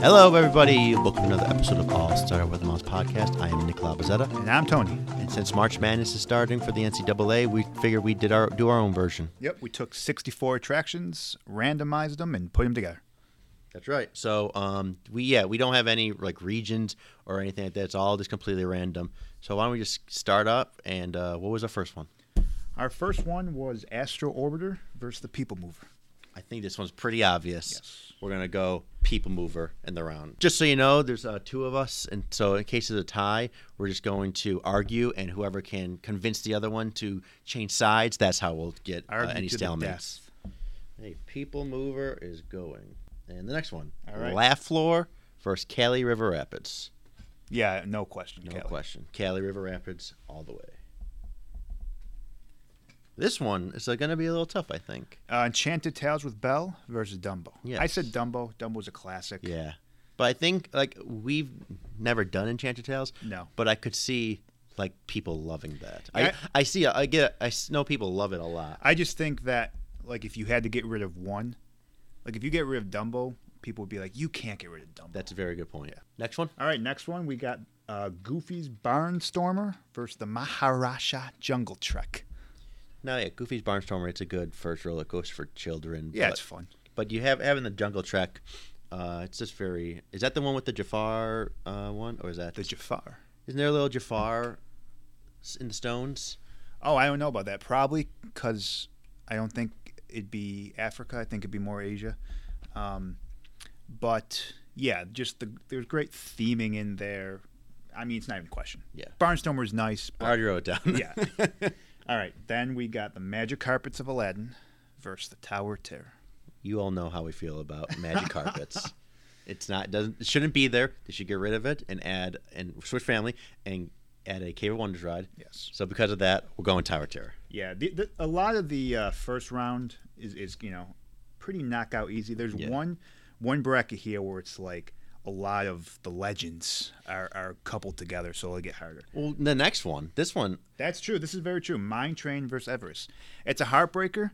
Hello, everybody. Welcome to another episode of All Star with Moms podcast. I am Nick Labazetta, And I'm Tony. and since March Madness is starting for the NCAA, we figured we did our do our own version. Yep. We took 64 attractions, randomized them, and put them together. That's right. So, um, we yeah, we don't have any like regions or anything like that. It's all just completely random. So why don't we just start up? And uh, what was our first one? Our first one was Astro Orbiter versus the People Mover. I think this one's pretty obvious. Yes. We're gonna go people mover in the round. Just so you know, there's uh, two of us, and so in case of a tie, we're just going to argue, and whoever can convince the other one to change sides, that's how we'll get uh, Argued any to the stalemates. death. Hey, people mover is going, and the next one, All right. Laugh Floor versus Cali River Rapids. Yeah, no question. No Kelly. question, Cali River Rapids all the way. This one is uh, gonna be a little tough, I think. Uh, Enchanted Tales with Belle versus Dumbo. Yes. I said Dumbo. Dumbo's a classic. Yeah. But I think like we've never done Enchanted Tales. No. But I could see like people loving that. I Yeah. I see I get I s- know people love it a lot. I just think that, like, if you had to get rid of one, like, if you get rid of Dumbo, people would be like, you can't get rid of Dumbo. That's a very good point. Next one. All right, next one, we got uh, Goofy's Barnstormer versus the Maharaja Jungle Trek. No, yeah, Goofy's Barnstormer. It's a good first roller coaster for children. Yeah, but, it's fun. but you have having the Jungle Trek. Uh, it's just very. Is that the one with the Jafar uh, one, or is that? The Jafar. isn't there a little Jafar s- in the stones? Oh, I don't know about that. Probably because I don't think it'd be Africa. I think it'd be more Asia. Um, but yeah, just the there's great theming in there. I mean, it's not even a question. Yeah. Barnstormer's nice. I But, already wrote it down. yeah. All right, then we got the Magic Carpets of Aladdin versus the Tower of Terror. you all know how we feel about magic carpets. It's not doesn't it shouldn't be there. They should get rid of it and add and switch family and add a Cave of Wonders ride. Yes. So because of that, we're going Tower Terror. Yeah, the, the, a lot of the uh, first round is, is you know pretty knockout easy. There's Yeah. one one bracket here where it's like a lot of the legends are, are coupled together, so it'll get harder. Well, the next one, this one, That's true. This is very true. Mine Train versus Everest. It's a heartbreaker,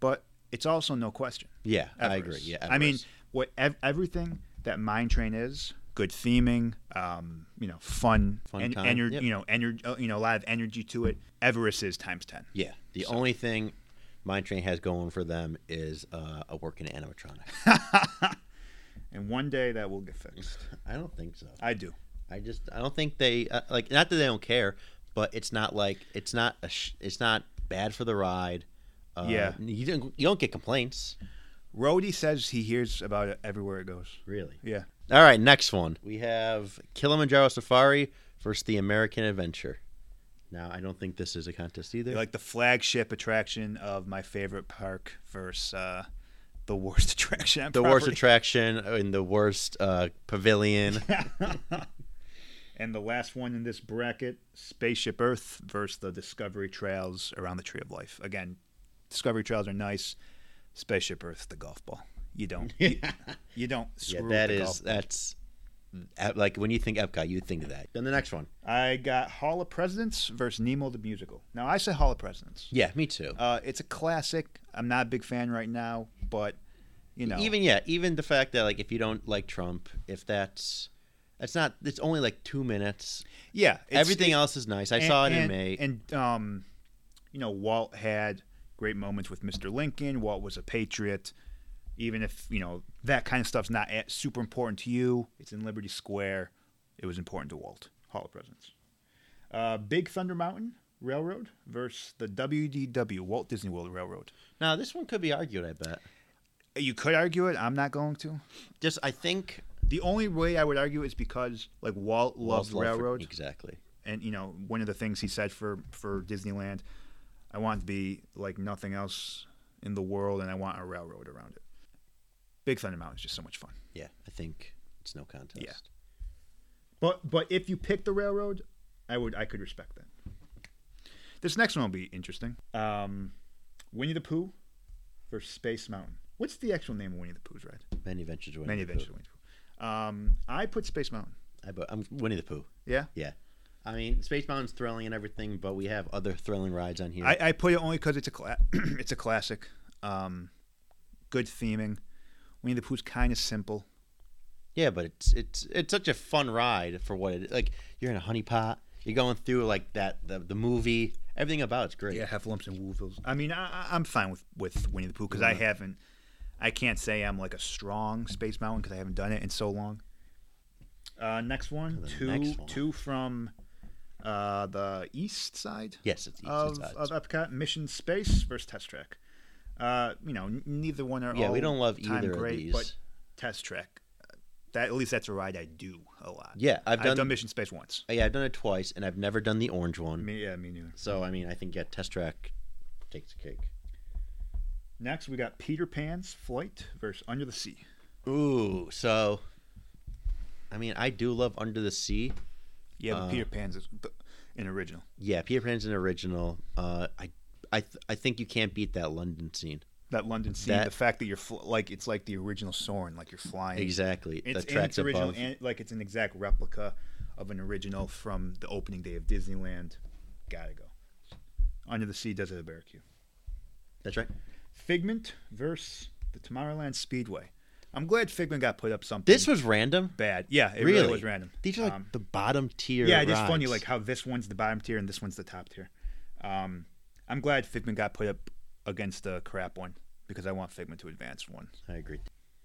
but it's also no question. yeah, I Everest. agree. Yeah, I mean, Everest. what ev- everything that Mine Train is good theming, um, you know, fun, Fun en- time, ener- yep. you know, energy, you know, a lot of energy to it. Everest is times ten. yeah. The only thing Mine Train has going for them is uh, a working animatronic. And one day that will get fixed. I don't think so. I do. I just I don't think they uh, like not that they don't care, but it's not like it's not a sh- it's not bad for the ride. Uh, Yeah. you don't you don't get complaints Rhodey says he hears about it everywhere it goes. really. Yeah. All right, next one. We have Kilimanjaro Safari versus the American Adventure. Now, I don't think this is a contest either. Like the flagship attraction of my favorite park versus uh, the worst attraction. on the worst property. attraction in the worst uh, pavilion. and the last one in this bracket, Spaceship Earth versus the Discovery Trails around the Tree of Life. Again, Discovery Trails are nice. Spaceship Earth, the golf ball. You don't. You, you don't yeah, screw with that the is golf ball. that's ep- like when you think Epcot, you think of that. Then the next one. I got Hall of Presidents versus Nemo the Musical. Now I say Hall of Presidents. Yeah, me too. Uh, it's a classic. I'm not a big fan right now, but you know, Uh, Even yeah, even the fact that like if you don't like Trump, if that's that's not it's only like 2 minutes. yeah, it's- Everything else is nice. I saw it and, in May. And um, you know, Walt had great moments with Mr. Lincoln. Walt was a patriot. Even if you know that kind of stuff's not at, super important to you, it's in Liberty Square. It was important to Walt. Hall of Presidents. Uh, Big Thunder Mountain Railroad versus the WDW Walt Disney World Railroad. now, this one could be argued, I bet. You could argue it. I'm not going to. Just I think The only way I would argue is because like Walt loves Walt Lutford- railroads, Exactly. and you know one of the things he said for for Disneyland, I want it to be like nothing else in the world, and I want a railroad around it. Big Thunder Mountain is just so much fun. Yeah, I think it's no contest. Yeah. But but if you pick the railroad, I would I could respect that. This next one will be interesting. Um, Winnie the Pooh versus Space Mountain. What's the actual name of Winnie the Pooh's ride? Many Adventures of Winnie Many the Adventures of Winnie the Pooh. Um, I put Space Mountain. Pooh. I, bu- I'm Winnie the Pooh. Yeah. Yeah. I mean, Space Mountain's thrilling and everything, but we have other thrilling rides on here. I, I put it only because it's a cla- it's a classic. Um, good theming. Winnie the Pooh's kind of simple. Yeah, but it's it's it's such a fun ride for what it like. You're in a honey pot. You're going through like that the, the movie. Everything about it's great. Yeah, Heffalumps and Woofles. I mean, I, I- I'm fine with with Winnie the Pooh because I haven't. I can't say I'm like a strong Space Mountain because I haven't done it in so long. Uh, next one, The two, next one. two from uh, the east side Yes, it's, it's, of, it's- of Epcot. Mission Space versus Test Track. Uh, you know, n- neither one are yeah. We all don't love time either of great, these. but Test Track, uh, that at least that's a ride I do a lot. yeah, I've done, uh, Mission Space once. yeah I've done it twice, and I've never done the orange one. Me, yeah, me neither. So I mean, I think yeah, test track takes the cake. Next, we got Peter Pan's Flight versus Under the Sea. Ooh, so I mean, I do love Under the Sea. Yeah, but Uh, Peter Pan's is the- an original. Yeah, Peter Pan's an original. Uh, I I th- I think you can't beat that London scene. That London scene, That- the fact that you're fl- like it's like the original Soren, like you're flying. Exactly. It's, the and it's tracks original, above. and like it's an exact replica of an original from the opening day of Disneyland. Gotta go. Under the Sea does it at a barbecue. That's right. Figment versus the Tomorrowland Speedway. I'm glad Figment got put up something This was random. bad. Yeah, it really, really, was random. These are like Um, the bottom tier. Yeah, it's just funny rides. like how this one's the bottom tier and this one's the top tier. Um, I'm glad Figment got put up against the crap one because I want Figment to advance one. I agree.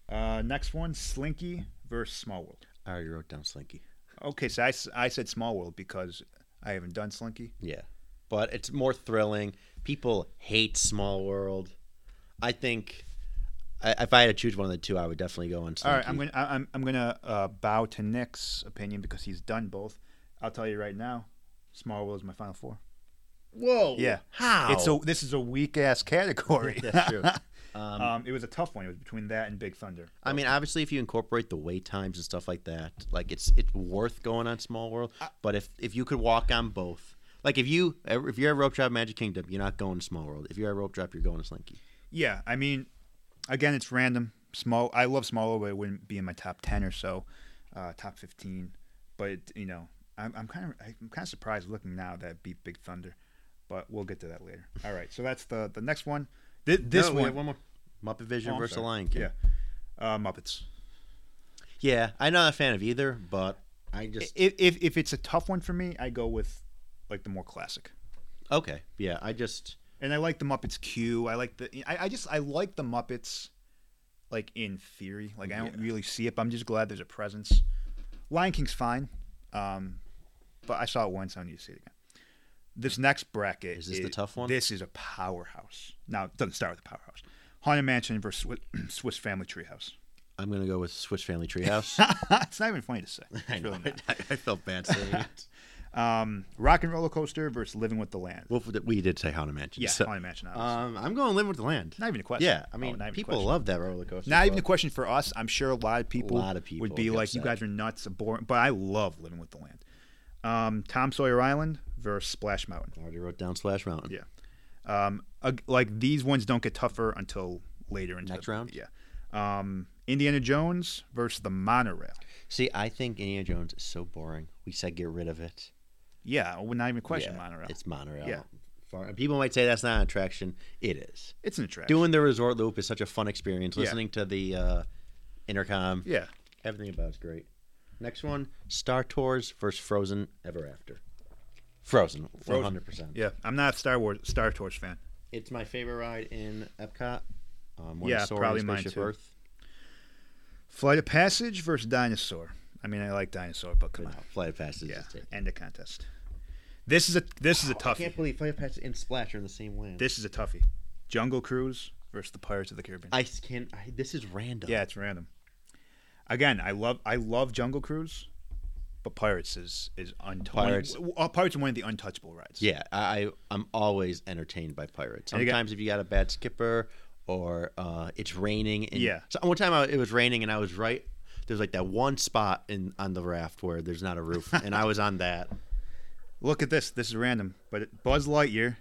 Uh, next one, Slinky versus Small World. I already wrote down Slinky. Okay, so I, s- I said Small World because I haven't done Slinky. Yeah, but it's more thrilling. People hate Small World. I think I, if I had to choose one of the two, I would definitely go on. Slinky. All right, I'm gonna I, I'm I'm gonna uh, bow to Nick's opinion because he's done both. I'll tell you right now, Small World is my final four. Whoa. Yeah. How? It's so this is a weak ass category. That's true. um, Um, it was a tough one. It was between that and Big Thunder. I mean, obviously, if you incorporate the wait times and stuff like that, like it's it's worth going on Small World. But if if you could walk on both, like if you if you're at Rope Drop Magic Kingdom, you're not going to Small World. If you're at Rope Drop, you're going to Slinky. Yeah, I mean, again, it's random. Small. I love smaller, but it wouldn't be in my top ten or so, uh, top fifteen. But you know, I'm, I'm kind of I'm kind of surprised looking now that it beat Big Thunder, but we'll get to that later. All right, so that's the the next one. Th- this No, we one, have one more. Muppet Vision Oh, I'm versus the sorry. Lion King. yeah, uh, Muppets. Yeah, I'm not a fan of either, but I just If, if if it's a tough one for me, I go with like the more classic. okay. Yeah, I just And I like the Muppets Q. I like the I, I just I like the Muppets like in theory. Like I don't Yeah. really see it, but I'm just glad there's a presence. Lion King's fine. Um but I saw it once, I don't need to see it again. This next bracket Is this the tough one? This is a powerhouse. Now it doesn't start with a powerhouse. Haunted Mansion versus Swiss, Swiss Family Treehouse. I'm gonna go with Swiss Family Treehouse. it's not even funny to say. It's I, know, really I, I felt bad saying it. not. Um, Rock and Roller Coaster versus Living with the Land. Well, we did say Haunted Mansion. yeah, so- Haunted Mansion. Obviously. um, I'm going Live with the Land. not even a question. Yeah, I Oh, mean, not even a people question. love that roller coaster. Not even a but- question for us. I'm sure a lot of people, lot of people would be would be like, "You upset. guys are nuts, and boring." But I love living with the land. Um, Tom Sawyer Island versus Splash Mountain. I already wrote down Splash Mountain. Yeah. Um, ag- like these ones don't get tougher until later in Next round? Yeah. Um, Indiana Jones versus the monorail. See, I think Indiana Jones is so boring. We said get rid of it. Yeah, well, not even a question. Yeah, monorail. It's, It's monorail. Yeah. Far- People might say that's not an attraction. It is. an attraction. Doing the resort loop is such a fun experience. Yeah. Listening to the uh, intercom, yeah. everything about it's great. Next one, Star Tours versus Frozen Ever After. Frozen, one Frozen. hundred percent. Yeah. I'm not a Star Wars Star Tours fan. It's my favorite ride in Epcot. Um, when Yeah, I saw it in probably mine Spaceship too. Earth. Flight of Passage versus Dinosaur. I mean, I like Dinosaur, but come But on. no, Flight of Passage. Yeah. is it. End the contest. This is a this is a I toughie. can't believe Flight of Passage and Splash are in the same land. This is a toughie. Jungle Cruise versus the Pirates of the Caribbean. I can. I, this is random. yeah, it's random. Again, I love I love Jungle Cruise, but Pirates is is untouchable. uh, Pirates- Pirates are one of the untouchable rides. Yeah, I I- I'm always entertained by pirates. And again- Sometimes if you got a bad skipper or uh, it's raining. And, Yeah. So one time I, it was raining and I was right. There's like that one spot in on the raft where there's not a roof, and I was on that. Look at this. This is random, but it- Buzz Lightyear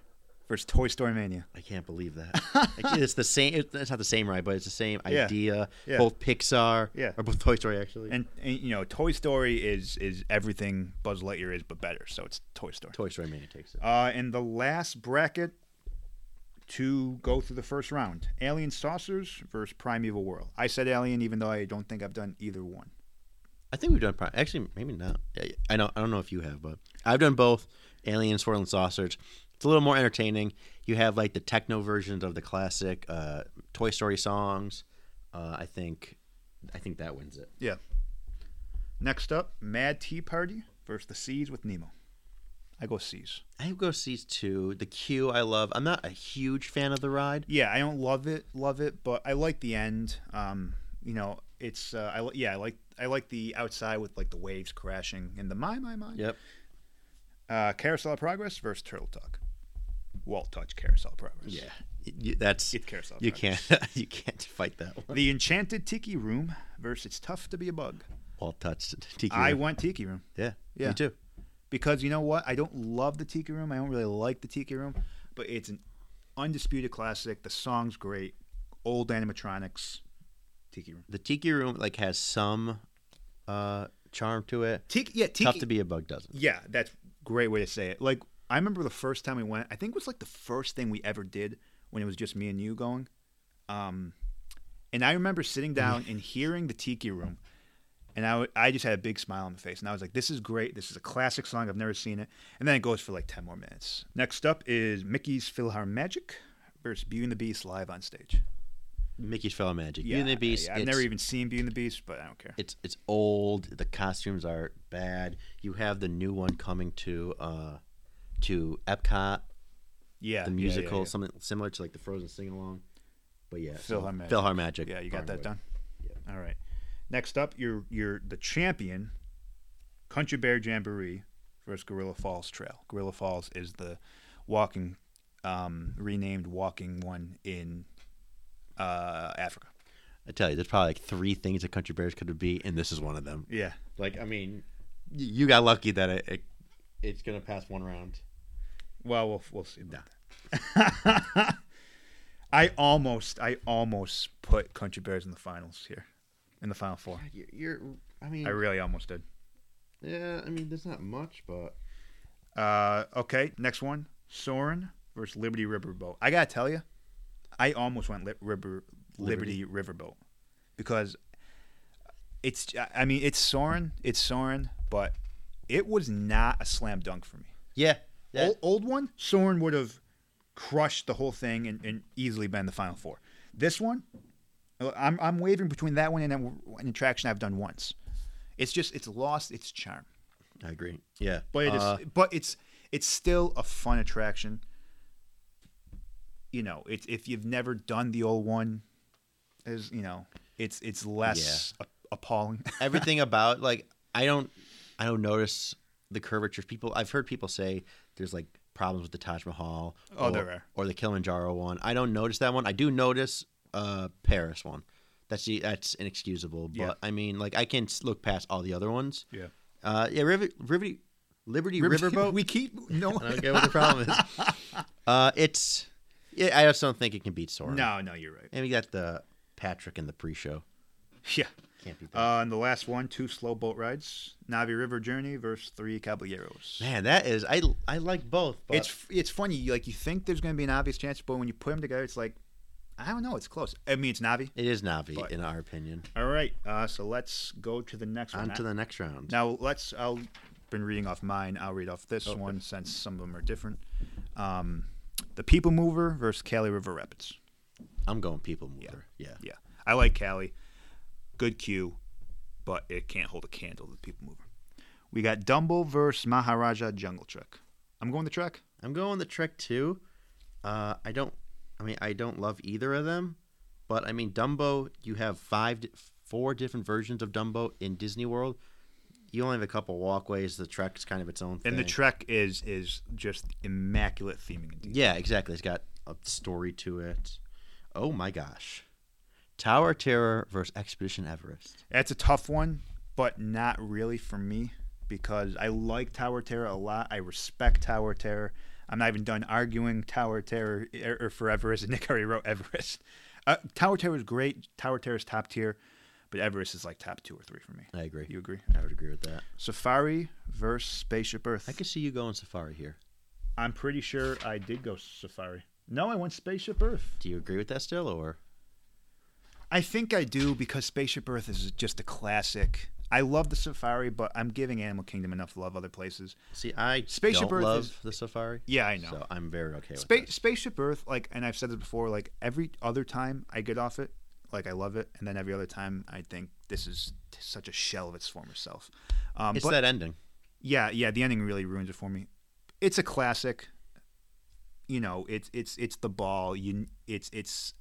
versus Toy Story Mania. I can't believe that. Like, it's the same. it- It's not the same ride, but it's the same Yeah. idea. Yeah. Both Pixar. Yeah. Or both Toy Story actually. And, and you know, Toy Story is is everything Buzz Lightyear is, but better. So it's Toy Story. Toy Story Mania takes it. Uh, and the last bracket to go through the first round: Alien Saucers versus Primeval World. I said Alien, even though I don't think I've done either one. I think we've done pro- actually maybe not. I- I know I don't know if you have, but I've done both Alien Swirl and Sausage. It's a little more entertaining. You have like the techno versions of the classic uh, Toy Story songs. Uh, I think I think that wins it. Yeah. Next up, Mad Tea Party versus the Seas with Nemo. I go Seas. I would go C's two. The queue I love. I'm not a huge fan of the ride. Yeah, I don't love it, love it, but I like the end. Um, you know, it's uh, I li- yeah, I like I like the outside with like the waves crashing and the my my my. Yep. Uh, Carousel of Progress versus Turtle Talk. Walt touch Carousel of Progress. Yeah. You, that's It's Carousel. of you Progress. can't you can't fight that one. The Enchanted Tiki Room versus It's Tough to Be a Bug. Walt touched Tiki. I Room. want Tiki Room yeah, Yeah. Me too. because you know what? I don't love the Tiki Room. I don't really like the Tiki Room, but it's an undisputed classic. The song's great. Old animatronics. Tiki Room. The Tiki Room like has some uh, charm to it. Tiki, yeah, Tiki. Tough to be a bug doesn't. Yeah, that's a great way to say it. Like I remember the first time we went, I think it was like the first thing we ever did when it was just me and you going. Um and I remember sitting down Mm. and hearing the Tiki Room and I, w- I just had a big smile on my face and I was like this is great. This is a classic song. I've never seen it. And then it goes for like 10 more minutes. Next up is Mickey's Philharmagic versus Beauty and the Beast live on stage. Mickey's Fellow Magic. Beauty and the Beast. I've it's, never even seen Beauty and the Beast, but I don't care. It's it's old. The costumes are bad. You have the new one coming to uh, to Epcot, the Yeah. yeah, yeah, musical, yeah. something similar to like the Frozen sing along. But yeah, Philharmagic. Philharmagic. Yeah, you far got that and away. done. All right. Next up, you're you're the champion, Country Bear Jamboree versus Gorilla Falls Trail. Gorilla Falls is the walking, um, renamed walking one in uh, Africa. I tell you, there's probably like three things that Country Bears could be, and this is one of them. Yeah. Like, I mean, y- you got lucky that it, it it's gonna pass one round. Well, we'll we'll see. About that. I almost I almost put Country Bears in the finals here, in the final four. You're, you're I mean, I really almost did. yeah, I mean, there's not much, but Uh, okay, next one. Soren versus Liberty Riverboat. I gotta tell you, I almost went li- river, Liberty, Riverboat because it's. I mean, it's Soren. It's Soren, but it was not a slam dunk for me. yeah, that- Old, old one, Soren would have crushed the whole thing and, and easily been the final four. This one, I'm I'm wavering between that one and an attraction I've done once. It's just it's lost its charm I agree. Yeah, but it is, Uh, but it's it's still a fun attraction. You know, it's if you've never done the old one, is you know, it's it's less a- appalling. everything about like I don't I don't notice the curvature. People I've heard people say there's like problems with the Taj Mahal Oh, or, there are. or the Kilimanjaro one. I don't notice that one. I do notice uh Paris one. That's the, that's inexcusable, but Yeah. I mean like I can s- look past all the other ones. yeah, Uh yeah, River, Liberty Liberty Riverboat. We keep no, I don't get what the problem is. Uh it's yeah, I just don't think it can beat Soren. no, no. You're right. And we got the Patrick in the pre-show. Yeah. Can't beat that. Uh, and the last one, two slow boat rides: Navi River Journey versus Three Caballeros. Man, that is I I like both, but It's it's funny. you- Like you think there's going to be an obvious chance, but when you put them together, it's like, I don't know. It's close. I mean, it's Navi. It is Navi, But- in our opinion. All right. Uh, so let's go to the next one. On to the next round. Now let's. I'll been reading off mine. I'll read off this one since some of them are different. Um, the People Mover versus Cali River Rapids. I'm going people mover. Yeah. Yeah, I like Cali. Good cue, but it can't hold a candle to the People Mover. We got Dumbo versus Maharaja Jungle Trek. I'm going the Trek. I'm going the Trek too. Uh, I don't. I mean, I don't love either of them, but I mean, Dumbo. You have five, di- four different versions of Dumbo in Disney World. You only have a couple walkways. The Trek's kind of its own thing. And the Trek is is just immaculate theming. and detail. Yeah, exactly. It's got a story to it. Oh my gosh, Tower of Terror versus Expedition Everest. That's a tough one, but not really for me because I like Tower Terror a lot. I respect Tower Terror. I'm not even done arguing Tower Terror er, or, or for Everest. Nick already wrote Everest. Uh, Tower Terror is great. Tower Terror is top tier, but Everest is like top two or three for me. I agree. You agree? I would agree with that. Safari versus Spaceship Earth. I could see you going Safari here. I'm pretty sure I did go Safari. No, I went Spaceship Earth. Do you agree with that still, or I think I do because Spaceship Earth is just a classic. I love the Safari, but I'm giving Animal Kingdom enough love other places. See, I Spaceship don't Earth love is- the safari. Yeah, I know. So I'm very okay with Spa- that. Spaceship Earth, like, and I've said this before, like every other time I get off it, like I love it, and then every other time I think this is t- such a shell of its former self. Um, It's but that ending. yeah, yeah, the ending really ruins it for me. It's a classic. You know, it's it's it's the ball. You it's it's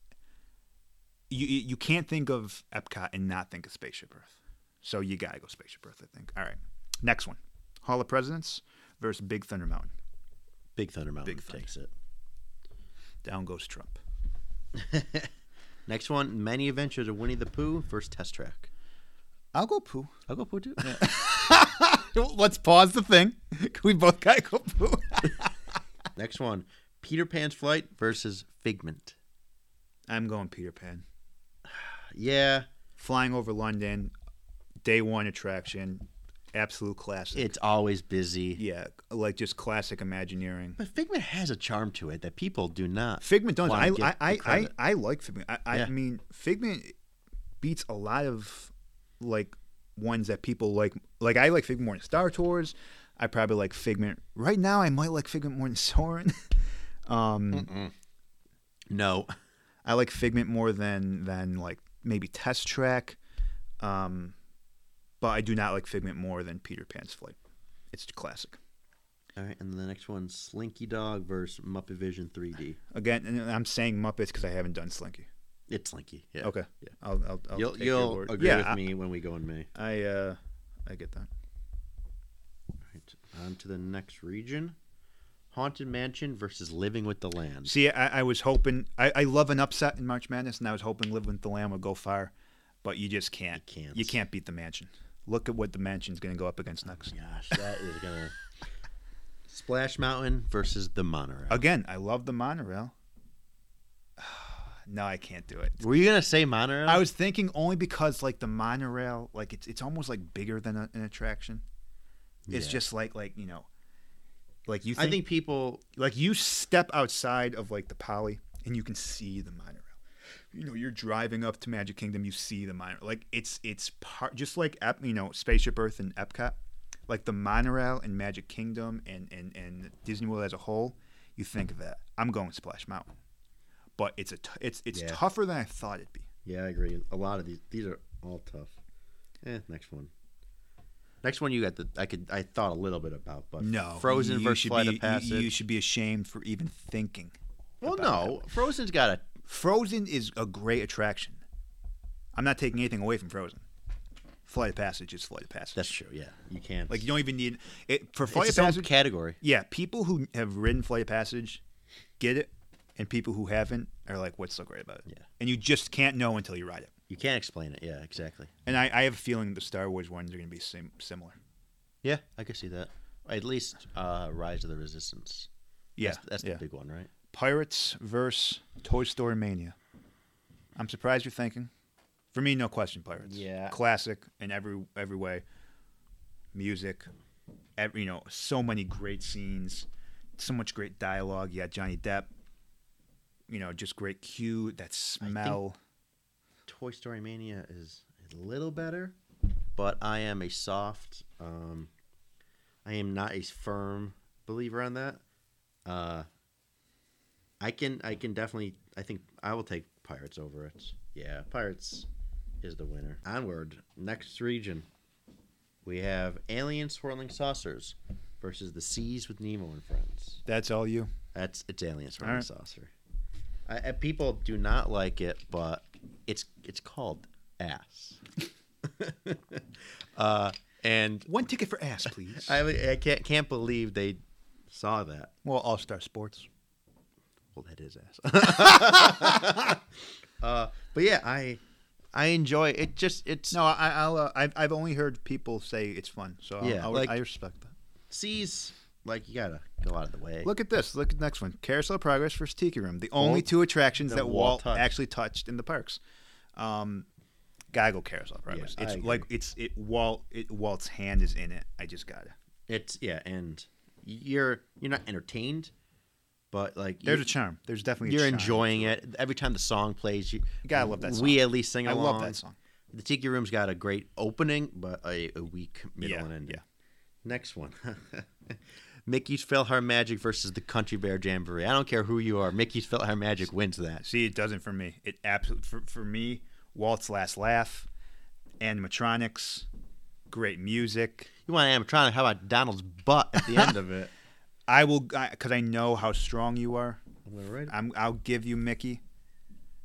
you you can't think of Epcot and not think of Spaceship Earth. So you gotta go Spaceship Earth, I think. All right, next one, Hall of Presidents versus Big Thunder Mountain. Big Thunder Mountain Big Thunder. takes it. Down goes Trump. Next one, Many Adventures of Winnie the Pooh versus Test Track. I'll go poo. I'll go Pooh too. Let's pause the thing. We both got go poo. Next one, Peter Pan's Flight versus Figment. I'm going Peter Pan. Yeah, Flying over London, day one attraction, absolute classic. it's always busy. yeah, like just classic Imagineering. But Figment has a charm to it that people do not. Figment does. Wanna I give I, I, the I credit. I like Figment. I, I Yeah. mean, Figment beats a lot of like ones that people like. Like I like Figment more than Star Tours. I probably like Figment right now. I might like Figment more than Soren. um, No. I like Figment more than than like maybe Test Track, um, but I do not like Figment more than Peter Pan's Flight. It's classic. All right, and the next one, Slinky Dog versus Muppet Vision 3D. Again, and I'm saying Muppets because I haven't done Slinky. It's Slinky. Yeah. Okay, Yeah. I'll, I'll, I'll You'll take your you'll word. agree Yeah, with I, me when we go in May. I uh, I get that. All right, on to the next region, Haunted Mansion versus Living with the Land. See, I, I was hoping I, I love an upset in March Madness, and I was hoping Live with the Lamb would go far, but you just can't. You can't. You can't beat the Mansion. Look at what the Mansion's going to go up against next. Gosh, that is gonna. Splash Mountain versus the Monorail. Again, I love the monorail. no, I can't do it. Were you gonna say Monorail? I was thinking only because like the monorail, like it's it's almost like bigger than a, an attraction. It's Yeah. just like like you know, like you think, I think people. like you step outside of like the poly and you can see the monorail. You know, you're driving up to Magic Kingdom, you see the monorail. Like it's it's part just like Ep- you know Spaceship Earth and Epcot, like the monorail and Magic Kingdom and and and Disney World as a whole. You think of that. I'm going Splash Mountain, but it's a t- it's it's Yeah. tougher than I thought it'd be. Yeah, I agree. A lot of these. These are all tough. Eh, next one. Next one, you got the. I could. I thought a little bit about, but No, Frozen you versus should Flight be, of Passage. You, you should be ashamed for even thinking. well, about no, Frozen's got a. Frozen is a great attraction. I'm not taking anything away from Frozen. Flight of Passage is Flight of Passage. That's true. Yeah, you can't. like you don't even need it for it's Flight its of own Passage. category. yeah, people who have ridden Flight of Passage get it, and people who haven't are like, "What's so great about it?" Yeah. and you just can't know until you ride it. You can't explain it. Yeah, exactly. And I, I have a feeling the Star Wars ones are going to be sim- similar. Yeah, I could see that. At least uh, Rise of the Resistance. Yeah, that's, that's yeah. the big one, right? Pirates versus Toy Story Mania. I'm surprised you're thinking. For me, no question, Pirates. Yeah. Classic in every every way. Music, every, you know, so many great scenes, so much great dialogue. Yeah, Johnny Depp. You know, just great cue, that smell. Toy Story Mania is a little better, but I am a soft. Um, I am not a firm believer on that. Uh, I can I can definitely I think I will take Pirates over it. Yeah, Pirates is the winner. Onward, next region. We have Alien Swirling Saucers versus the Seas with Nemo and Friends. That's all you. That's it's alien swirling Alright. saucer. I, I, people do not like it, but it's it's called ass. uh, and One ticket for ass, please. I, I can't can't believe they saw that. well, All Star Sports. Well, that is ass. uh, but yeah, I I enjoy it. Just it's No, I, I'll. Uh, I've I've only heard people say it's fun, so I'll- Yeah, I'll- like- I respect that. seas like you gotta go out of the way. Look at this. Look at the next one. Carousel Progress versus Tiki Room. The only Walt- two attractions that that Walt Walt touched. actually touched in the parks. Um, gotta go Carousel Progress. I it's agree. like it's it Walt it Walt's hand is in it. I just gotta. it's yeah, and you're you're not entertained, but like There's you- a charm. There's definitely a you're charm. enjoying it every time the song plays. You, You gotta love that We song. at least sing I along. love that song. the Tiki Room's got a great opening, but a, a weak middle Yeah, and end. yeah. Next one. Mickey's Philhar Magic versus the Country Bear Jamboree. I don't care who you are. Mickey's Philhar Magic wins that. See, it doesn't for me. It absolutely for, for me. Walt's Last Laugh, animatronics, great music. You want animatronic? How about Donald's butt at the end of it? I will because I know how strong you are. I'm gonna write it. I'm, I'll give you Mickey.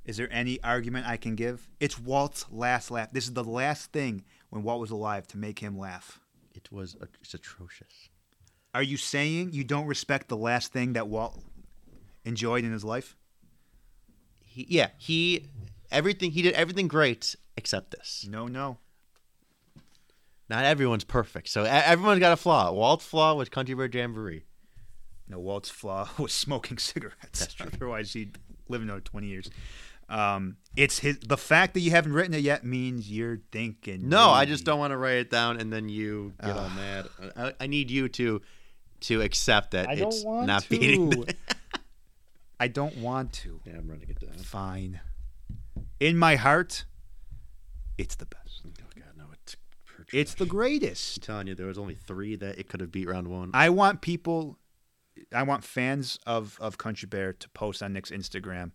Is there any argument I can give? It's Walt's last laugh. This is the last thing when Walt was alive to make him laugh. It was it's atrocious. Are you saying you don't respect the last thing that Walt enjoyed in his life? He, yeah, he everything he did everything great except this. No, no. Not everyone's perfect, so e- everyone's got a flaw. Walt's flaw was Country Bear Jamboree. No, Walt's flaw was smoking cigarettes. That's true. Otherwise, he'd live another 20 years. Um, it's his. The fact that you haven't written it yet means you're thinking. No, I maybe. just don't want to write it down, and then you get all mad. I, I need you to to accept that I don't it's want not to. beating. the- I don't want to. yeah, I'm running it down. Fine. In my heart, it's the best. Oh God, no! It's It's the I'm greatest. telling you, there was only three that it could have beat round one. I want people, I want fans of, of Country Bear to post on Nick's Instagram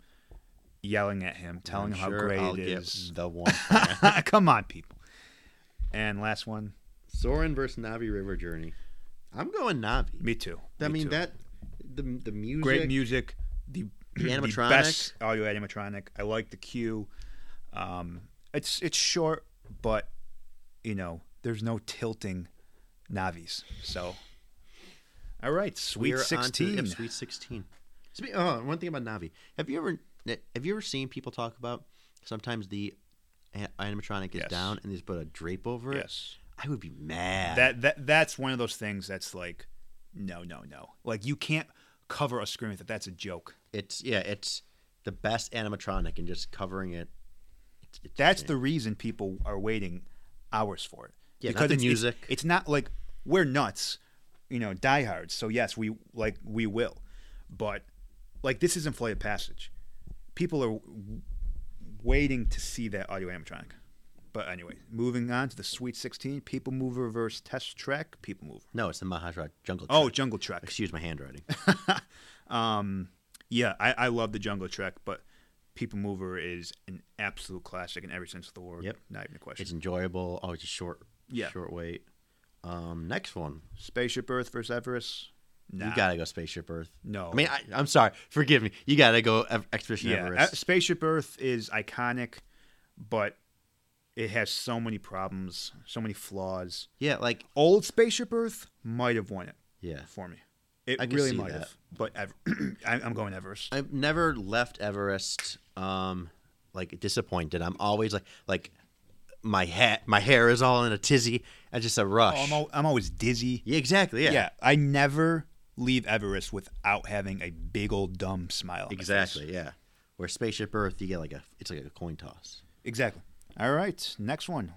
yelling at him, telling I'm him sure how great I'll it get is. the one. Come on, people. And last one. Soren versus Navi River Journey. I'm going Navi. Me too. I Me mean too. that the the music. great music. The, animatronic. the best audio animatronic. I like the cue. Um, it's it's short, but you know, there's no tilting navies. So, all right, We sweet are on to- sixteen. yep, sweet sixteen. Spe- Oh, one thing about Navi. Have you ever eh, have you ever seen people talk about sometimes the a- animatronic is Yes. down and they just put a drape over it? yes, I would be mad. that that that's one of those things that's like, no, no, no. Like you can't cover a screen with it. That's a joke. it's yeah, it's the best animatronic and just covering it. It's, it's That's the reason people are waiting hours for it. Yeah, not the it's- it's- music. It's, not like we're nuts, you know, diehards. So yes, we like we will, but like this isn't Flight of Passage. People are w- waiting to see that audio animatronic. But anyway, moving on to the Sweet 16, People Mover reverse test track, People Mover. no, it's the Mahajra Jungle. Oh, Oh, Jungle Trek. excuse my handwriting. Um, yeah, I, I love the Jungle Trek, but People Mover is an absolute classic in every sense of the word. Yep. Not even a question. it's enjoyable. Always a short, Yeah. short wait. Um, next one. Spaceship Earth versus Everest. Nah. You gotta go Spaceship Earth. No. I mean, I, I'm sorry. Forgive me. You gotta go Ev- Expedition yeah. Everest. uh, Spaceship Earth is iconic, but it has so many problems, so many flaws. yeah, like Old Spaceship Earth might have won it yeah. for me. It I can really see might that. have. But Ever- I- I'm going Everest. I've never left Everest um like disappointed. I'm always like like my hat my hair is all in a tizzy. It's just a rush. Oh, I'm, al- I'm always dizzy. yeah, exactly. Yeah. I never leave Everest without having a big old dumb smile. on my face. Exactly, yeah. Where Spaceship Earth you get like a it's like a coin toss. Exactly. All right. Next one.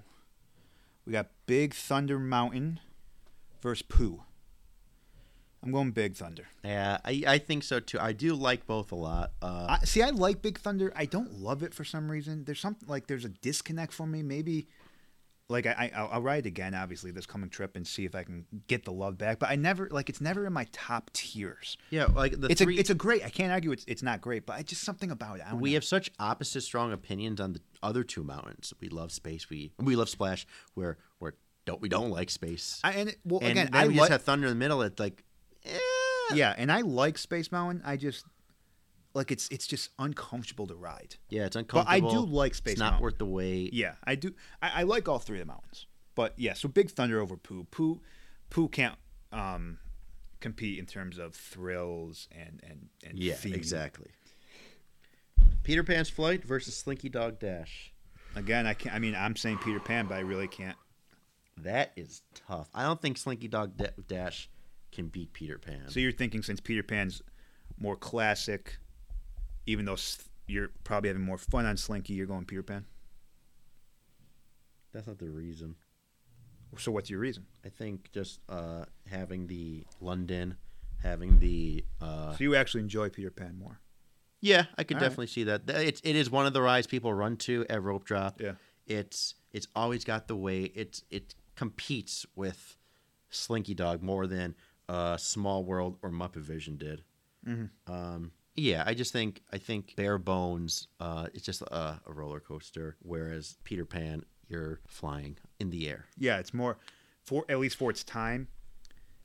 We got Big Thunder Mountain versus Pooh. I'm going Big Thunder. Yeah, I, I think so too. I do like both a lot. Uh I, see, I like Big Thunder. I don't love it for some reason. There's something like there's a disconnect for me. Maybe like I, I I'll, I'll ride it again, obviously, this coming trip and see if I can get the love back. But I never like it's never in my top tiers. yeah, like the It's three a it's a great. I can't argue it's it's not great, but I just something about it. I don't we know. have such opposite strong opinions on the other two mountains. We love space. We we love Splash. Where where don't we don't like space. I, and it, well and again, then I we like just have thunder in the middle. It's like, eh. yeah, and I like Space Mountain. I just like it's it's just uncomfortable to ride. yeah, it's But I uncomfortable. do like Space It's not Mountain. worth the wait. Yeah, I do. I, I like all three of the mountains, but yeah. So Big Thunder over Pooh. Pooh, Pooh can't um, compete in terms of thrills and and and yeah, theme. exactly. Peter Pan's flight versus Slinky Dog Dash. Again, I can't. I mean, I'm saying Peter Pan, but I really can't. That is tough. I don't think Slinky Dog Da- Dash can beat Peter Pan. So you're thinking since Peter Pan's more classic, even though s- you're probably having more fun on Slinky, you're going Peter Pan. That's not the reason. So what's your reason? I think just uh, having the London, having the uh, So you actually enjoy Peter Pan more. Yeah, I could All right. definitely see that. Th- It's it is one of the rides people run to at rope drop. Yeah. It's It's always got the weight. It's it competes with Slinky Dog more than uh, Small World or Muppet Vision did. Mm-hmm. Um, yeah, I just think I think bare bones. Uh, it's just a, a roller coaster, whereas Peter Pan, you're flying in the air. Yeah, it's more for at least for its time.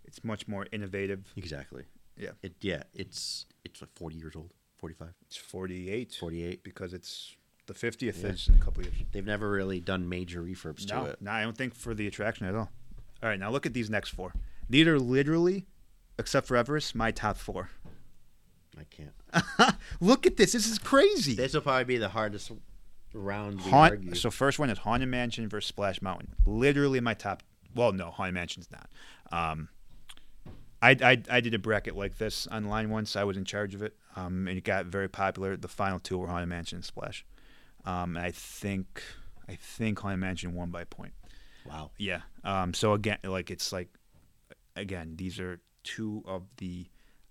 It's much more innovative. Exactly. Yeah. It yeah. It's it's like 40 years old, 45, It's 48 48. because it's the 50th Yeah. is in a couple years. They've never really done major refurbs No, to it. no, I don't think for the attraction at all. All right, now look at these next four. These are literally, except for Everest, my top four. I can't. Look at this. This is crazy. This will probably be the hardest round we argue. Haunt, so first one is Haunted Mansion versus Splash Mountain. Literally my top. Well, no, Haunted Mansion's not. Um, I, I I did a bracket like this online once. I was in charge of it, um, and it got very popular. The final two were Haunted Mansion and Splash. Um, and I think I think Haunted Mansion won by a point. wow. Yeah. Um, so again, like it's like, again, these are two of the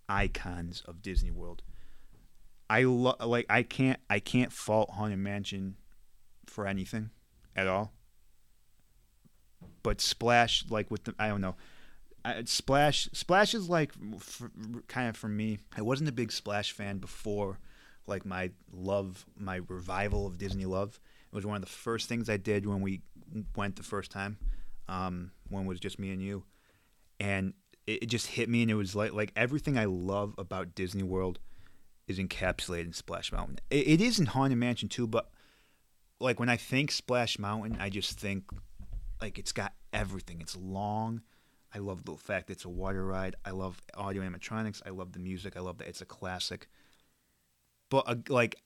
icons of Disney World. I lo- like I can't I can't fault Haunted Mansion for anything at all. But Splash, like with the I don't know, I, Splash Splash is like for, kind of for me. I wasn't a big Splash fan before, like my love my revival of Disney love. It was one of the first things I did when we went the first time, um, when it was just me and you, and it, it just hit me, and it was like like everything I love about Disney World is encapsulated in Splash Mountain. It, it is in Haunted Mansion too, but like when I think Splash Mountain, I just think like it's got everything. It's long. I love the fact it's a water ride. I love audio animatronics. I love the music. I love that it's a classic. But uh, like,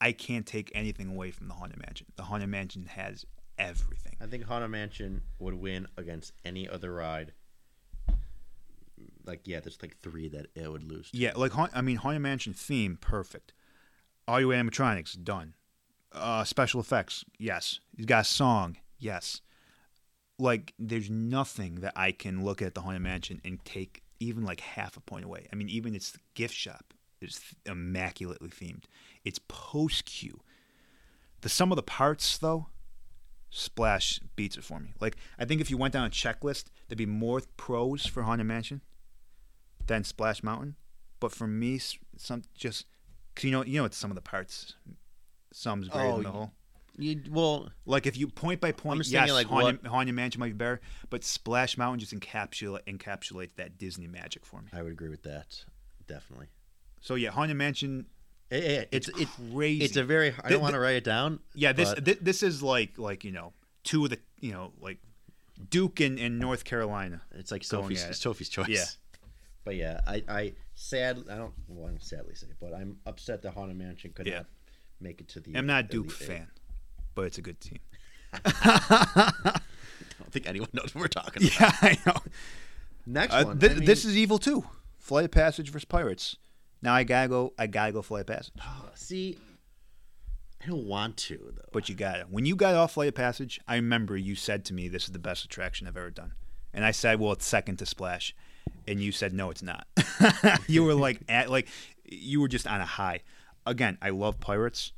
I can't take anything away from the Haunted Mansion. The Haunted Mansion has everything. I think Haunted Mansion would win against any other ride. Like yeah, there's like three that it would lose. To. Yeah, like Haun- I mean, Haunted Mansion theme, perfect. Audio animatronics, done. Uh, special effects, yes. He's got a song, yes. Like, there's nothing that I can look at the Haunted Mansion and take even like half a point away. I mean, even its gift shop is th- immaculately themed. It's post Q. The sum of the parts, though, Splash beats it for me. Like, I think if you went down a checklist, there'd be more pros for Haunted Mansion than Splash Mountain. But for me, s- some just cause you know you know it's some of the parts, some's greater Oh, than the y- whole. You, well, Like if you point by point, just yes, thinking, like, Haunted, Haunted Mansion might be better, but Splash Mountain just encapsula encapsulates that Disney magic for me. I would agree with that. Definitely. So yeah, Haunted Mansion, It, it- it's it's it, crazy. it's a very. I Th- don't want to write it down. yeah. This but thi- this is like like you know two of the you know like Duke and, and North Carolina. it's like going Sophie's at it's it. Sophie's choice. Yeah. But yeah, I I sad I don't well I don't sadly say, it, but I'm upset that Haunted Mansion could Yeah. not make it to the. I'm not a Elite Duke Eight. fan, but it's a good team. I don't think anyone knows what we're talking about. Yeah, I know. Next Uh, one. thi- I mean, this is evil too. Flight of Passage versus Pirates. Now I gotta go. I gotta go. Flight of Passage. see. I don't want to though. But you got it. When you got off Flight of Passage, I remember you said to me, "This is the best attraction I've ever done," and I said, "Well, it's second to Splash," and you said, "No, it's not." you were like, at, like you were just on a high. Again, I love pirates,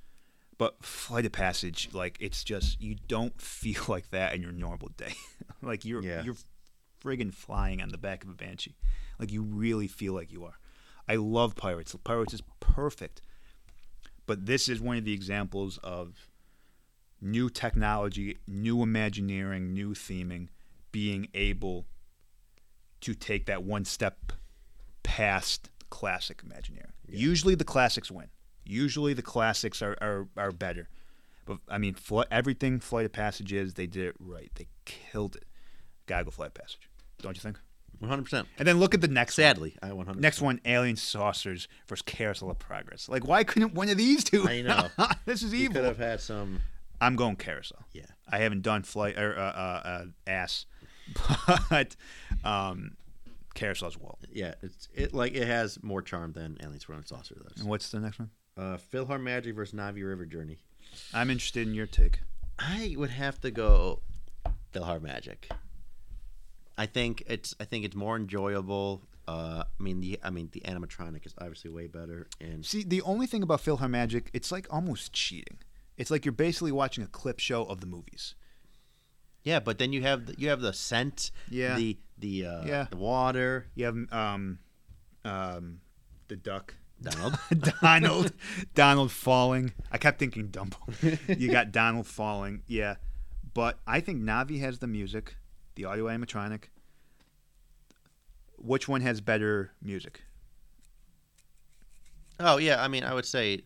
but Flight of Passage, like it's just you don't feel like that in your normal day. like you're Yeah. you're friggin' flying on the back of a banshee. Like you really feel like you are. I love pirates. Pirates is perfect. But this is one of the examples of new technology, new imagineering, new theming, being able to take that one step past classic Imagineering. Usually the classics win. Usually the classics are, are, are better. But I mean, fl- everything Flight of Passage is, they did it right. They killed it. Gotta go Flight of Passage, don't you think? One hundred percent. And then look at the next Sadly, I one one. hundred. Next one, Alien Saucers versus Carousel of Progress. Like, why couldn't one of these two? I know. this is You evil. could have had some. I'm going carousel. Yeah. I haven't done flight or uh, uh, uh, ass, but um, carousel as well. Yeah, it's it like it has more charm than Aliens World and Saucer does. And what's the next one? Uh, Philhar Magic versus Navi River Journey. I'm interested in your take. I would have to go Philhar Magic. I think it's I think it's more enjoyable. Uh, I mean the I mean the animatronic is obviously way better and See, the only thing about PhilharMagic, it's like almost cheating. It's like you're basically watching a clip show of the movies. Yeah, but then you have the, you have the scent. Yeah. The the uh, Yeah. the water. You have um, um, the duck. Donald. Donald, Donald falling. I kept thinking Dumbo. You got Donald falling. Yeah, but I think Navi has the music, the audio animatronic. Which one has better music? oh yeah, I mean I would say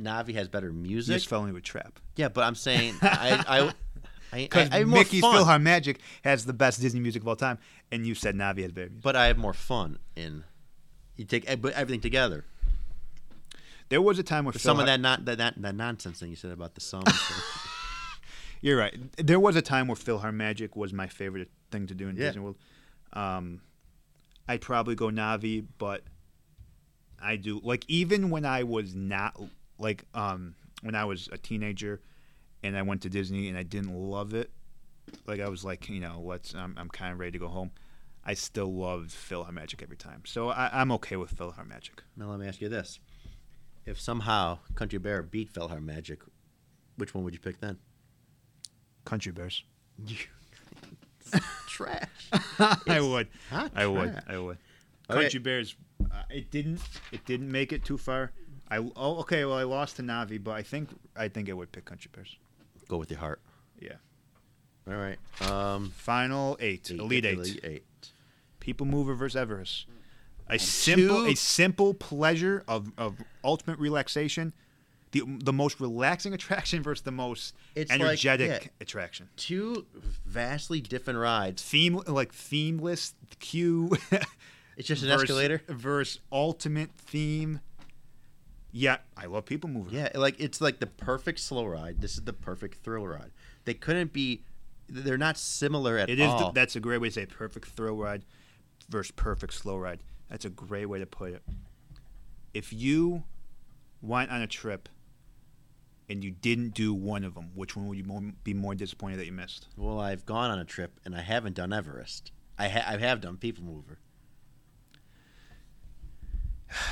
Navi has better You music. just fell into a trap. Yeah, but I'm saying I I I, I, Because I have more Mickey's fun. PhilharMagic has the best Disney music of all time, and you said Navi has better music. but I have more fun in you take e- but everything together. There was a time where Some Philhar- of that not that, that that nonsense thing you said about the song. You're right. There was a time where PhilharMagic was my favorite thing to do in Yeah. Disney World. Um, I'd probably go Navi, but I do like even when I was not like um, when I was a teenager and I went to Disney and I didn't love it. Like I was like, you know, let's. I'm, I'm kind of ready to go home. I still loved PhilharMagic every time, so I, I'm okay with PhilharMagic. now let me ask you this: If somehow Country Bear beat Philhar Magic, which one would you pick then? Country Bears. Trash. I would. hot I would. trash. I would. Okay. Country Bears. Uh, it didn't. It didn't make it too far. I oh okay. Well, I lost to Navi, but I think I think I would pick Country Bears. Go with your heart. Yeah. All right. Um, Final eight. Elite eight. Elite eight. People mover versus Everest. A simple, two- a simple pleasure of, of ultimate relaxation. The, the most relaxing attraction versus the most It's like- energetic yeah. attraction. Two vastly different rides. Theme like themeless queue. It's just an versus- escalator. versus ultimate theme. Yeah, I love people mover. Yeah, like it's like the perfect slow ride. This is the perfect thrill ride. They couldn't be. They're not similar at It is. all. The, that's a great way to say perfect thrill ride versus perfect slow ride. That's a great way to put it. If you went on a trip and you didn't do one of them, which one would you more, be more disappointed that you missed? well, I've gone on a trip and I haven't done Everest. I ha- I have done People Mover.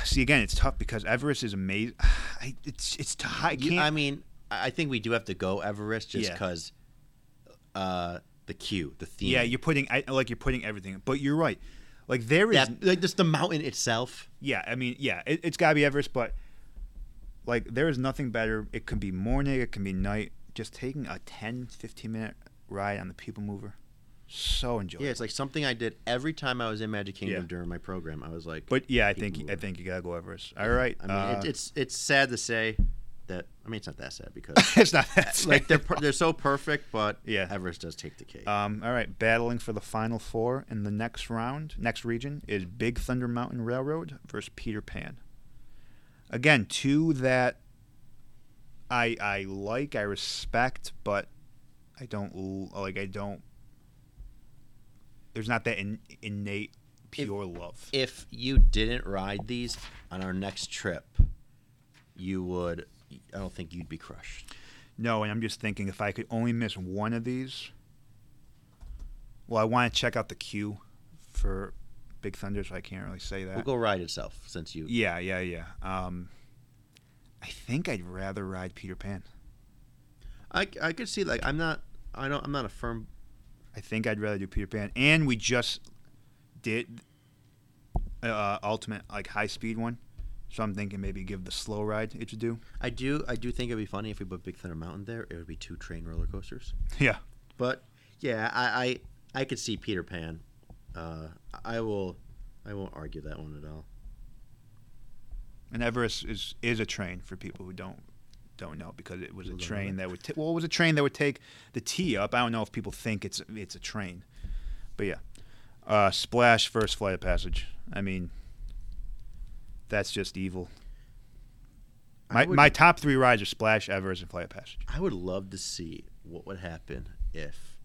See, again, it's tough because Everest is amazing. I, it's it's t- I You- can't. I mean, I I think we do have to go Everest just Yeah. because uh, the queue, the theme. yeah, you're putting I, like you're putting everything, but you're right. Like there is that, like just the mountain itself. yeah, I mean, yeah, it, it's gotta be Everest, but like there is nothing better. It can be morning, it can be night. Just taking a 10, 15 minute ride on the People Mover, so enjoyable. Yeah, it's like something I did every time I was in Magic Kingdom Yeah. during my program. I was like, But yeah, I People think I Mover. think you gotta go Everest. All right, I mean, uh, it, it's it's sad to say that. I mean, it's not that sad because it's not that like they're like per- they're so perfect, but Uh, Yeah. Everest does take the cake. um, all right, battling for the final four in the next round, next region is Big Thunder Mountain Railroad versus Peter Pan. Again, two that I I like, I respect, but I don't l- like. I don't. There's not that in, innate pure love. if you didn't ride these on our next trip, you would. I don't think you'd be crushed. No, and I'm just thinking if I could only miss one of these. Well, I want to check out the queue for Big Thunder, so I can't really say that. We'll go ride itself since you. Yeah, yeah, yeah. Um, I think I'd rather ride Peter Pan. I, I could see like I'm not I don't I'm not a firm. I think I'd rather do Peter Pan. And we just did uh, ultimate like high speed one, so I'm thinking maybe give the slow ride its due. I do I do think it'd be funny if we put Big Thunder Mountain there. It would be two train roller coasters. Yeah. But yeah, I I, I could see Peter Pan. Uh, I will I won't argue that one at all. And Everest is is a train for people who don't don't know because it was a Don't know train that would t- well it was a train that would take the T up. I don't know if people think it's it's a train, but yeah, uh, Splash first flight of passage. I mean, that's just evil. I My would- my top three rides are Splash, Everest, and Flight of Passage. I would love to see what would happen if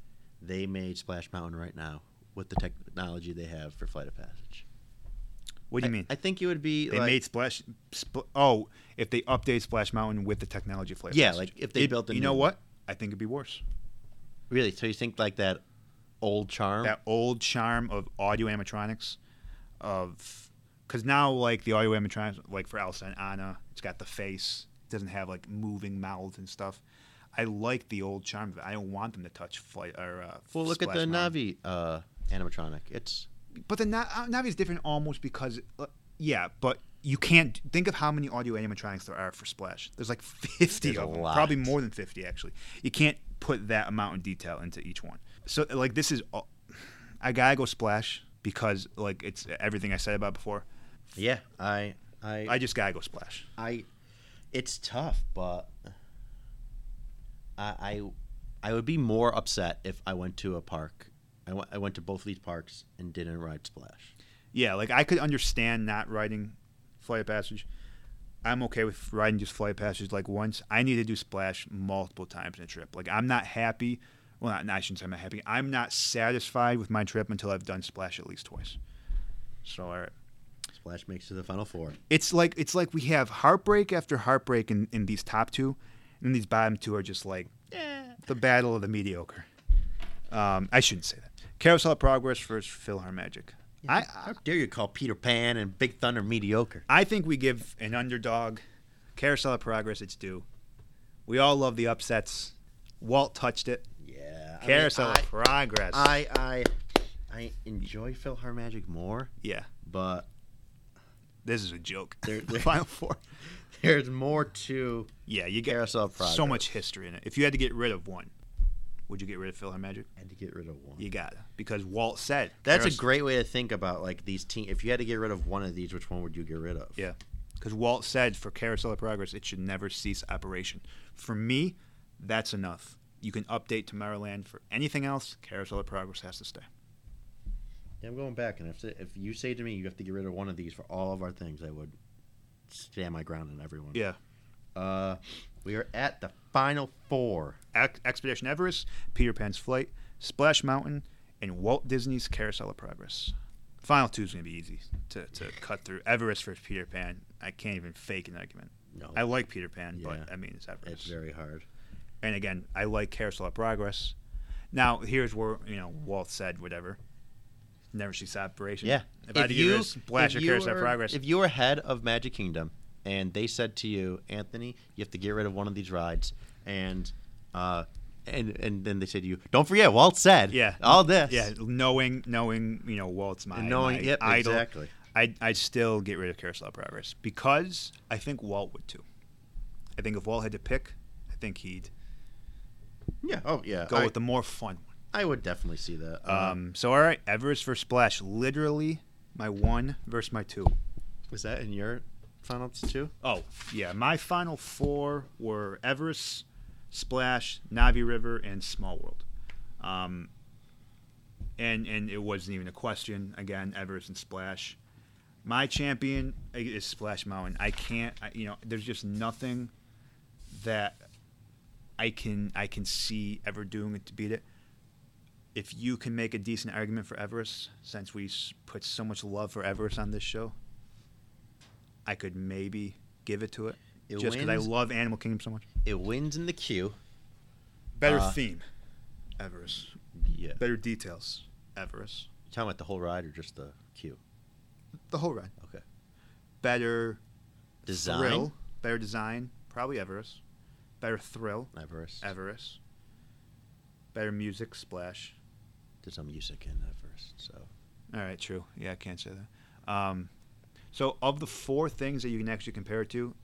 they made Splash Mountain right now with the technology they have for Flight of Passage. What do you I- mean? I, think it would be they like made Splash. Spl- oh, if they update Splash Mountain with the technology of Flight of Yeah, Passage. like, if they It- built a You new know one. what? I think it'd be worse. really. So you think like that old charm? that old charm of audio animatronics of because now like the audio animatronics like for Elsa and Anna it's got the face it doesn't have like moving mouths and stuff I like the old charm of it. I don't want them to touch flight or. Uh, Well, look at Splash the Mountain. Navi uh, animatronic. It's But the Na- uh, Navi is different almost because, uh, yeah, but you can't think of how many audio animatronics there are for Splash. There's like 50 There's a of them, lot. probably more than 50 actually. You can't put that amount of detail into each one. So like this is, all- I gotta go Splash because like it's everything I said about before. yeah. I I I just gotta go Splash. I it's tough, but I I, I would be more upset if I went to a park. I went, I went to both these parks and didn't ride Splash. Yeah, like I could understand not riding Flight of Passage. I'm okay with riding just Flight of Passage like once. I need to do Splash multiple times in a trip. Like I'm not happy. Well, not, I shouldn't say I'm not happy. I'm not satisfied with my trip until I've done Splash at least twice. So all right. Splash makes it to the final four. it's like it's like we have heartbreak after heartbreak in, in these top two, and these bottom two are just like the battle of the mediocre. Um, I shouldn't say that. Carousel of Progress versus Philhar Magic. I, How dare you call Peter Pan and Big Thunder mediocre? I think we give an underdog carousel of progress its due. We all love the upsets. Walt touched it. Yeah, I mean, Carousel I, of progress. I I I enjoy PhilharMagic more, yeah, but this is a joke. There- the final four. there's more to Yeah, you get Carousel of Progress. so much history in it. If you had to get rid of one, would you get rid of Philhar Magic? I had to get rid of one. You got to because Walt said That's a Carous- great way to think about like these team. If you had to get rid of one of these, which one would you get rid of? Yeah, because Walt said for Carousel of Progress, it should never cease operation. For me, that's enough. You can update Tomorrowland for anything else. Carousel of Progress has to stay. Yeah, I'm going back, and if if you say to me you have to get rid of one of these for all of our things, I would stand my ground on everyone. Yeah. Uh, we are at the final four. Ex- Expedition Everest, Peter Pan's Flight, Splash Mountain, and Walt Disney's Carousel of Progress. Final two is going to be easy to, to cut through. Everest versus Peter Pan. I can't even fake an argument. No, I like Peter Pan, Yeah. but I mean, it's Everest. it's very hard. and again, I like Carousel of Progress. Now, here's where, you know, Walt said whatever. Never cease operation. Yeah. If, I had to get rid of Splash if or you Carousel of were- Progress, If you were head of Magic Kingdom, and they said to you, Anthony, you have to get rid of one of these rides, and uh, and and then they said to you, don't forget, Walt said, yeah. all this, Yeah, knowing, knowing, you know, Walt's my, And knowing, my yep, idol. exactly. I'd, I'd still get rid of Carousel of Progress because I think Walt would too. I think if Walt had to pick, I think he'd yeah, oh yeah, go I, Uh-huh. with the more fun one. I would definitely see that. Um, so, all right, Everest versus Splash. Literally my one versus my two. was that in your finals too? Oh, yeah. My final four were Everest, Splash, Navi River, and Small World. Um, and and it wasn't even a question. Again, Everest and Splash. My champion is Splash Mountain. I can't. I, you know, there's just nothing that I can I can see ever doing it to beat it. If you can make a decent argument for Everest, since we s- put so much love for Everest on this show, I could maybe give it to it, It just because I wins- love Animal Kingdom so much. It wins in the queue. Better Uh, theme, Everest. Yeah, Better details, Everest. Tell me about the whole ride or just the queue? The whole ride. Okay. Better Design. thrill, better design, probably Everest. Better thrill, Everest. Everest. Better music, Splash. There's some music in Everest, so All right, true. Yeah, I can't say that. Um, so, of the four things that you can actually compare it to,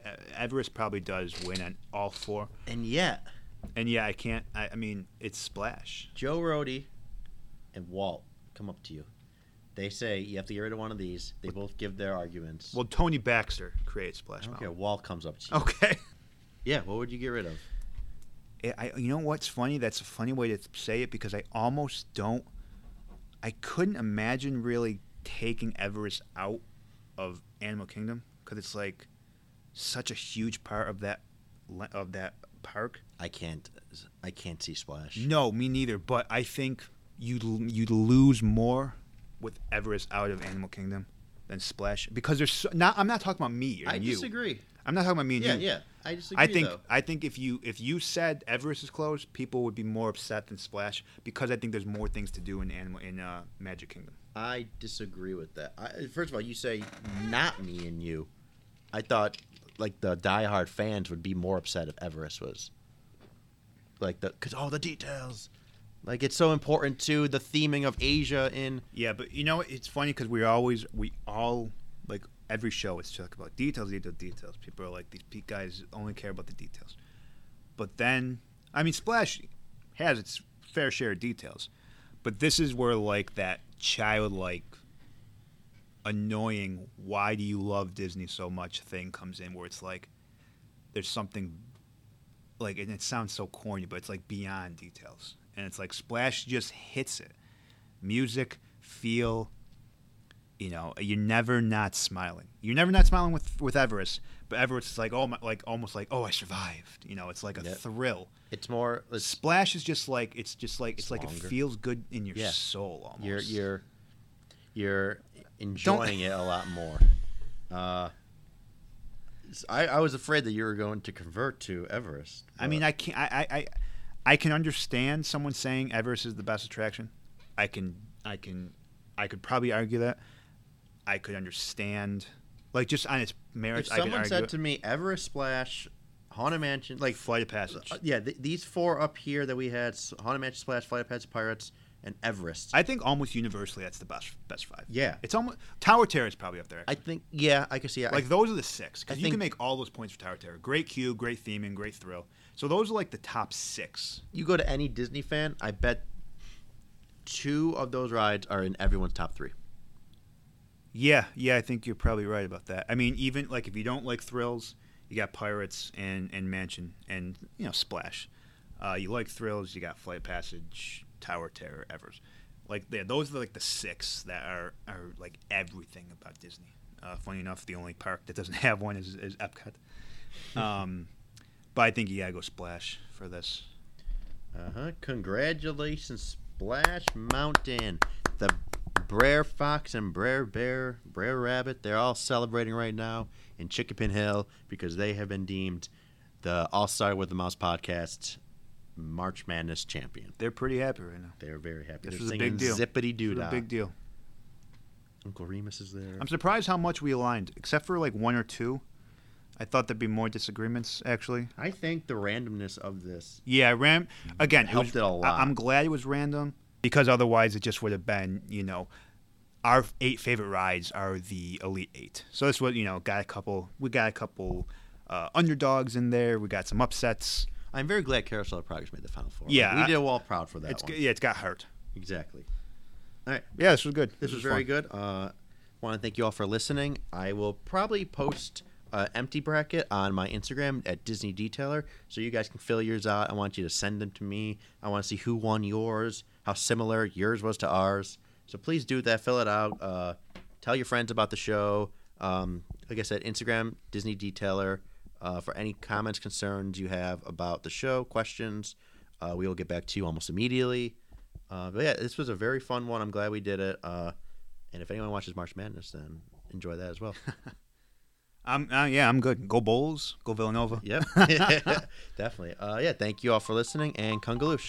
E- Everest probably does win on all four. and yet And yeah, I can't. I, I mean, it's Splash. Joe Rody and Walt come up to you. They say you have to get rid of one of these. They both give their arguments. Well, Tony Baxter creates Splash oh. okay, Mountain. Walt comes up to you. Okay. Yeah, what would you get rid of? I- I, you know what's funny? That's a funny way to say it because I almost don't. I couldn't imagine really taking Everest out of Animal Kingdom because it's like such a huge part of that le- of that park. I can't. I can't see Splash. No, me neither. But I think you'd l- you'd lose more with Everest out of Animal Kingdom than Splash because there's so, not. I'm not talking about me or I you. disagree. I'm not talking about me and Yeah, you. yeah. I disagree. I think though. I think if you if you said Everest is closed, people would be more upset than Splash because I think there's more things to do in Animal in uh, Magic Kingdom. I disagree with that. I, first of all, you say not me and you. I thought like the diehard fans would be more upset if Everest was like the because all the details, like it's so important to the theming of Asia in. Yeah, but you know it's funny because we always we all like every show it's talk about details, details, details. People are like these peak guys only care about the details, but then I mean Splash has its fair share of details, but this is where like that childlike, annoying "Why do you love Disney so much?" thing comes in where it's like there's something like and it sounds so corny, but it's like beyond details. And it's like Splash just hits it. Music, feel, you know, you're never not smiling. You're never not smiling with with Everest, but Everest is like oh my, like almost like oh I survived. You know, it's like a Yep. thrill. It's more it's, Splash is just like it's just like it's, It's like longer. it feels good in your Yeah. soul almost. you're you're you're enjoying it a lot more. Uh, s- I, I was afraid that you were going to convert to Everest. I mean, I can I, I I I can understand someone saying Everest is the best attraction. I can I can I could probably argue that. I could understand, like just on its if merits. I could someone argue said it. to me Everest Splash, Haunted Mansion, like like flight of passage. Uh, yeah, th- these four up here that we had: S- Haunted Mansion, Splash, Flight of Passage, Pirates, and Everest. I, I think almost universally that's the best best five. Yeah. it's almost Tower Terror is probably up there. think, yeah, I can see. it. like those are the six I because you think- can make all those points for Tower Terror. Great cue, great theming, great thrill. So those are like the top six. you go to any Disney fan, I bet two of those rides are in everyone's top three. Yeah, yeah, I think you're probably right about that. I mean, even like if you don't like thrills, you got Pirates and and Mansion and you know Splash. Uh, you like thrills, you got Flight Passage, Tower Terror, Evers. Like yeah, those are like the six that are are like everything about Disney. Uh, funny enough, the only park that doesn't have one is, is Epcot. Um, but I think you gotta go Splash for this. Uh huh. Congratulations, Splash Mountain. The Brer Fox and Brer Bear, Brer Rabbit, they're all celebrating right now in Chickapin Hill because they have been deemed the All Star with the Mouse podcast March Madness champion. They're pretty happy right now. They are very happy. This They're was a singing big deal. Zippity This is doo a big deal. Uncle Remus is there. I'm surprised how much we aligned, except for like one or two. I thought there'd be more disagreements, actually. I think the randomness of this. Yeah, I ran again. Helped was, it a lot. I, am glad it was random because otherwise it just would have been, you know, our eight favorite rides are the elite eight. So this was, you know, got a couple. We got a couple uh, underdogs in there. We got some upsets. I'm very glad Carousel of Progress made the final four. Yeah, we I- did all proud for that It's one. g- yeah, it's got hurt. Exactly. All right. Yeah, this was good. This was very fun. good. Uh, want to thank you all for listening. I will probably post uh, empty bracket on my Instagram at Disney Detailer, so you guys can fill yours out. I want you to send them to me. I want to see who won yours, how similar yours was to ours. So please do that. Fill it out. Uh, tell your friends about the show. Um, like I said, Instagram Disney Detailer. Uh, for any comments, concerns you have about the show, questions, uh, we will get back to you almost immediately. Uh, but yeah, this was a very fun one. I'm glad we did it. Uh, and if anyone watches March Madness, then enjoy that as well. I'm uh, yeah, I'm good. Go Bulls. Go Villanova. yep, definitely. Uh, yeah, thank you all for listening and Kungaloosh.